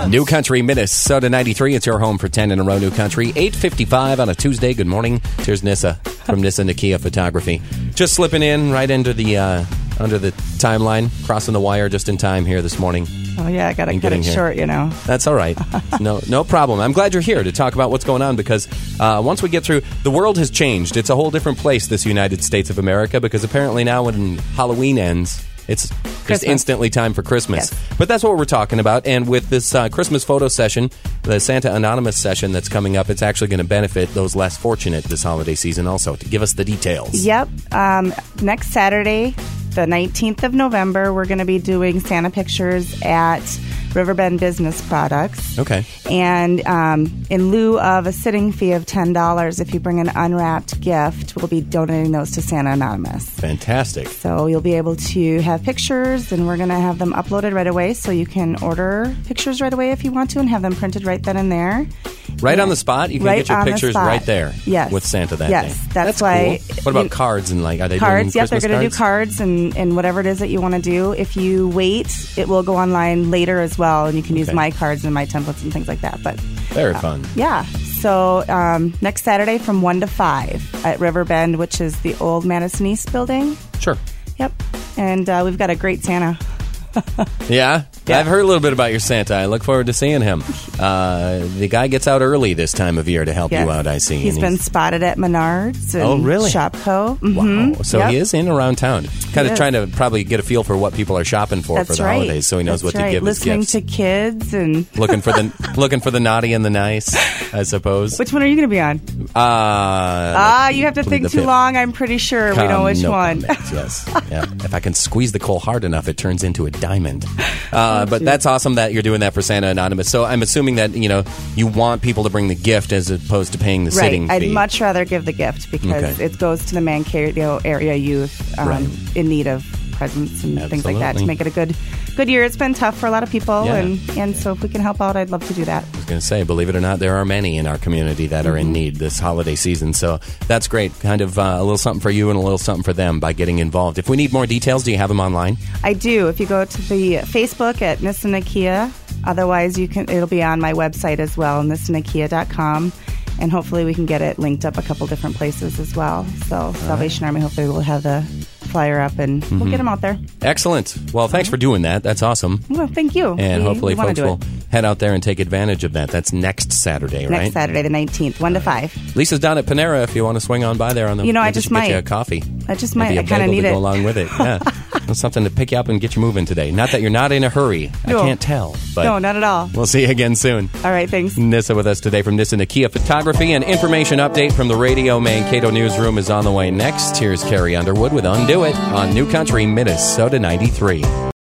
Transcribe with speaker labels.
Speaker 1: Yes.
Speaker 2: New Country, Minnesota 93. It's your home for 10 in a row, New Country. 855 on a Tuesday. Good morning. Here's Nissa from Nissa Nakia Photography. Just slipping in right into the uh, under the timeline, crossing the wire just in time here this morning.
Speaker 1: Oh yeah, I gotta
Speaker 2: And
Speaker 1: cut
Speaker 2: getting
Speaker 1: it
Speaker 2: here.
Speaker 1: short, you know.
Speaker 2: That's all right. No, no problem. I'm glad you're here to talk about what's going on because uh, once we get through, the world has changed. It's a whole different place, this United States of America, because apparently now when Halloween ends, it's just
Speaker 1: Christmas.
Speaker 2: instantly time for Christmas.
Speaker 1: Yes.
Speaker 2: But that's what we're talking about. And with this uh, Christmas photo session, the Santa Anonymous session that's coming up, it's actually going to benefit those less fortunate this holiday season also. To give us the details.
Speaker 1: Yep. Um, next Saturday, the 19th of November, we're going to be doing Santa Pictures at Riverbend Business Products.
Speaker 2: Okay.
Speaker 1: And um, in lieu of a sitting fee of $10, if you bring an unwrapped gift, we'll be donating those to Santa Anonymous.
Speaker 2: Fantastic.
Speaker 1: So you'll be able to have pictures, and we're going to have them uploaded right away. So you can order pictures right away if you want to and have them printed right then and there.
Speaker 2: Right on the spot, you can
Speaker 1: Right
Speaker 2: get your
Speaker 1: on the
Speaker 2: pictures
Speaker 1: spot.
Speaker 2: right there.
Speaker 1: Yes.
Speaker 2: with Santa that
Speaker 1: Yes,
Speaker 2: day.
Speaker 1: that's why
Speaker 2: cool. What about
Speaker 1: you-
Speaker 2: cards and like? Are they
Speaker 1: cards.
Speaker 2: Doing
Speaker 1: Yep, they're
Speaker 2: Christmas
Speaker 1: going to do cards and, and whatever it is that you want to do. If you wait, it will go online later as well, and you can use
Speaker 2: Okay.
Speaker 1: my cards and my templates and things like that. But
Speaker 2: Very fun.
Speaker 1: yeah, so um, next Saturday from one to five at Riverbend, which is the old Madison East building.
Speaker 2: Sure.
Speaker 1: Yep, and uh, we've got a great Santa.
Speaker 2: Yeah?
Speaker 1: Yeah.
Speaker 2: I've heard a little bit about your Santa. I look forward to seeing him. Uh, the guy gets out early this time of year to help
Speaker 1: Yes.
Speaker 2: you out. I see.
Speaker 1: He's
Speaker 2: And
Speaker 1: been spotted at Menards. And
Speaker 2: Oh, really?
Speaker 1: Shopco.
Speaker 2: Wow.
Speaker 1: Mhm.
Speaker 2: So
Speaker 1: Yep.
Speaker 2: he is in around town, kind of
Speaker 1: is.
Speaker 2: trying to probably get a feel for what people are shopping for
Speaker 1: That's
Speaker 2: for the
Speaker 1: right.
Speaker 2: holidays, so he knows
Speaker 1: That's
Speaker 2: what
Speaker 1: right.
Speaker 2: to give
Speaker 1: Listening
Speaker 2: his
Speaker 1: to
Speaker 2: gifts.
Speaker 1: kids and
Speaker 2: looking for the looking for the naughty and the nice, I suppose.
Speaker 1: which one are you going to be on?
Speaker 2: uh,
Speaker 1: Ah, you have to
Speaker 2: the
Speaker 1: think too
Speaker 2: fifth.
Speaker 1: long. I'm pretty sure we know
Speaker 2: Come,
Speaker 1: which
Speaker 2: no
Speaker 1: one.
Speaker 2: comments, yes. Yeah. If I can squeeze the coal hard enough, it turns into a diamond.
Speaker 1: Oh,
Speaker 2: Uh, but that's awesome that you're doing that for Santa Anonymous. So I'm assuming that you know you want people to bring the gift as opposed to paying the sitting
Speaker 1: Right. I'd
Speaker 2: fee.
Speaker 1: much rather give the gift because
Speaker 2: Okay.
Speaker 1: it goes to the Mankato area youth um,
Speaker 2: Right.
Speaker 1: in need of presents and things like that
Speaker 2: Absolutely.
Speaker 1: to make it a good good year. It's been tough for a lot of people,
Speaker 2: Yeah.
Speaker 1: and, and so if we can help out, I'd love to do that.
Speaker 2: I was going to say, believe it or not, there are many in our community that are
Speaker 1: Mm-hmm.
Speaker 2: in need this holiday season. So that's great. Kind of uh, a little something for you and a little something for them by getting involved. If we need more details, do you have them online?
Speaker 1: I do. If you go to the Facebook at Nissa Nakia, otherwise you can. It'll be on my website as well, nissanakia.com. And hopefully we can get it linked up a couple different places as well. So Salvation Army hopefully will have the flyer up and we'll
Speaker 2: Mm-hmm.
Speaker 1: get them out there.
Speaker 2: Excellent. Well, thanks for doing that. That's awesome.
Speaker 1: Well, thank you.
Speaker 2: And
Speaker 1: We-
Speaker 2: hopefully,
Speaker 1: we wanna
Speaker 2: folks
Speaker 1: do it.
Speaker 2: will head out there and take advantage of that. That's next Saturday,
Speaker 1: next
Speaker 2: right?
Speaker 1: Saturday, the nineteenth, one to five.
Speaker 2: Lisa's down at Panera. If you want to swing on by there on the,
Speaker 1: You know, I
Speaker 2: maybe
Speaker 1: just
Speaker 2: she can get you
Speaker 1: might.
Speaker 2: a coffee.
Speaker 1: I just might.
Speaker 2: Maybe a
Speaker 1: I kinda
Speaker 2: bagel
Speaker 1: need
Speaker 2: to
Speaker 1: it.
Speaker 2: go along with it. Yeah, That's something to pick you up and get you moving today. Not that you're not in a hurry.
Speaker 1: No.
Speaker 2: I can't tell. But
Speaker 1: no, not at all.
Speaker 2: We'll see you again soon.
Speaker 1: All right, thanks.
Speaker 2: Nissa with us today from Nissa Nakia Photography. An information update from the Radio Mankato Newsroom is on the way next. Here's Carrie Underwood with Undo It on New Country, Minnesota 93.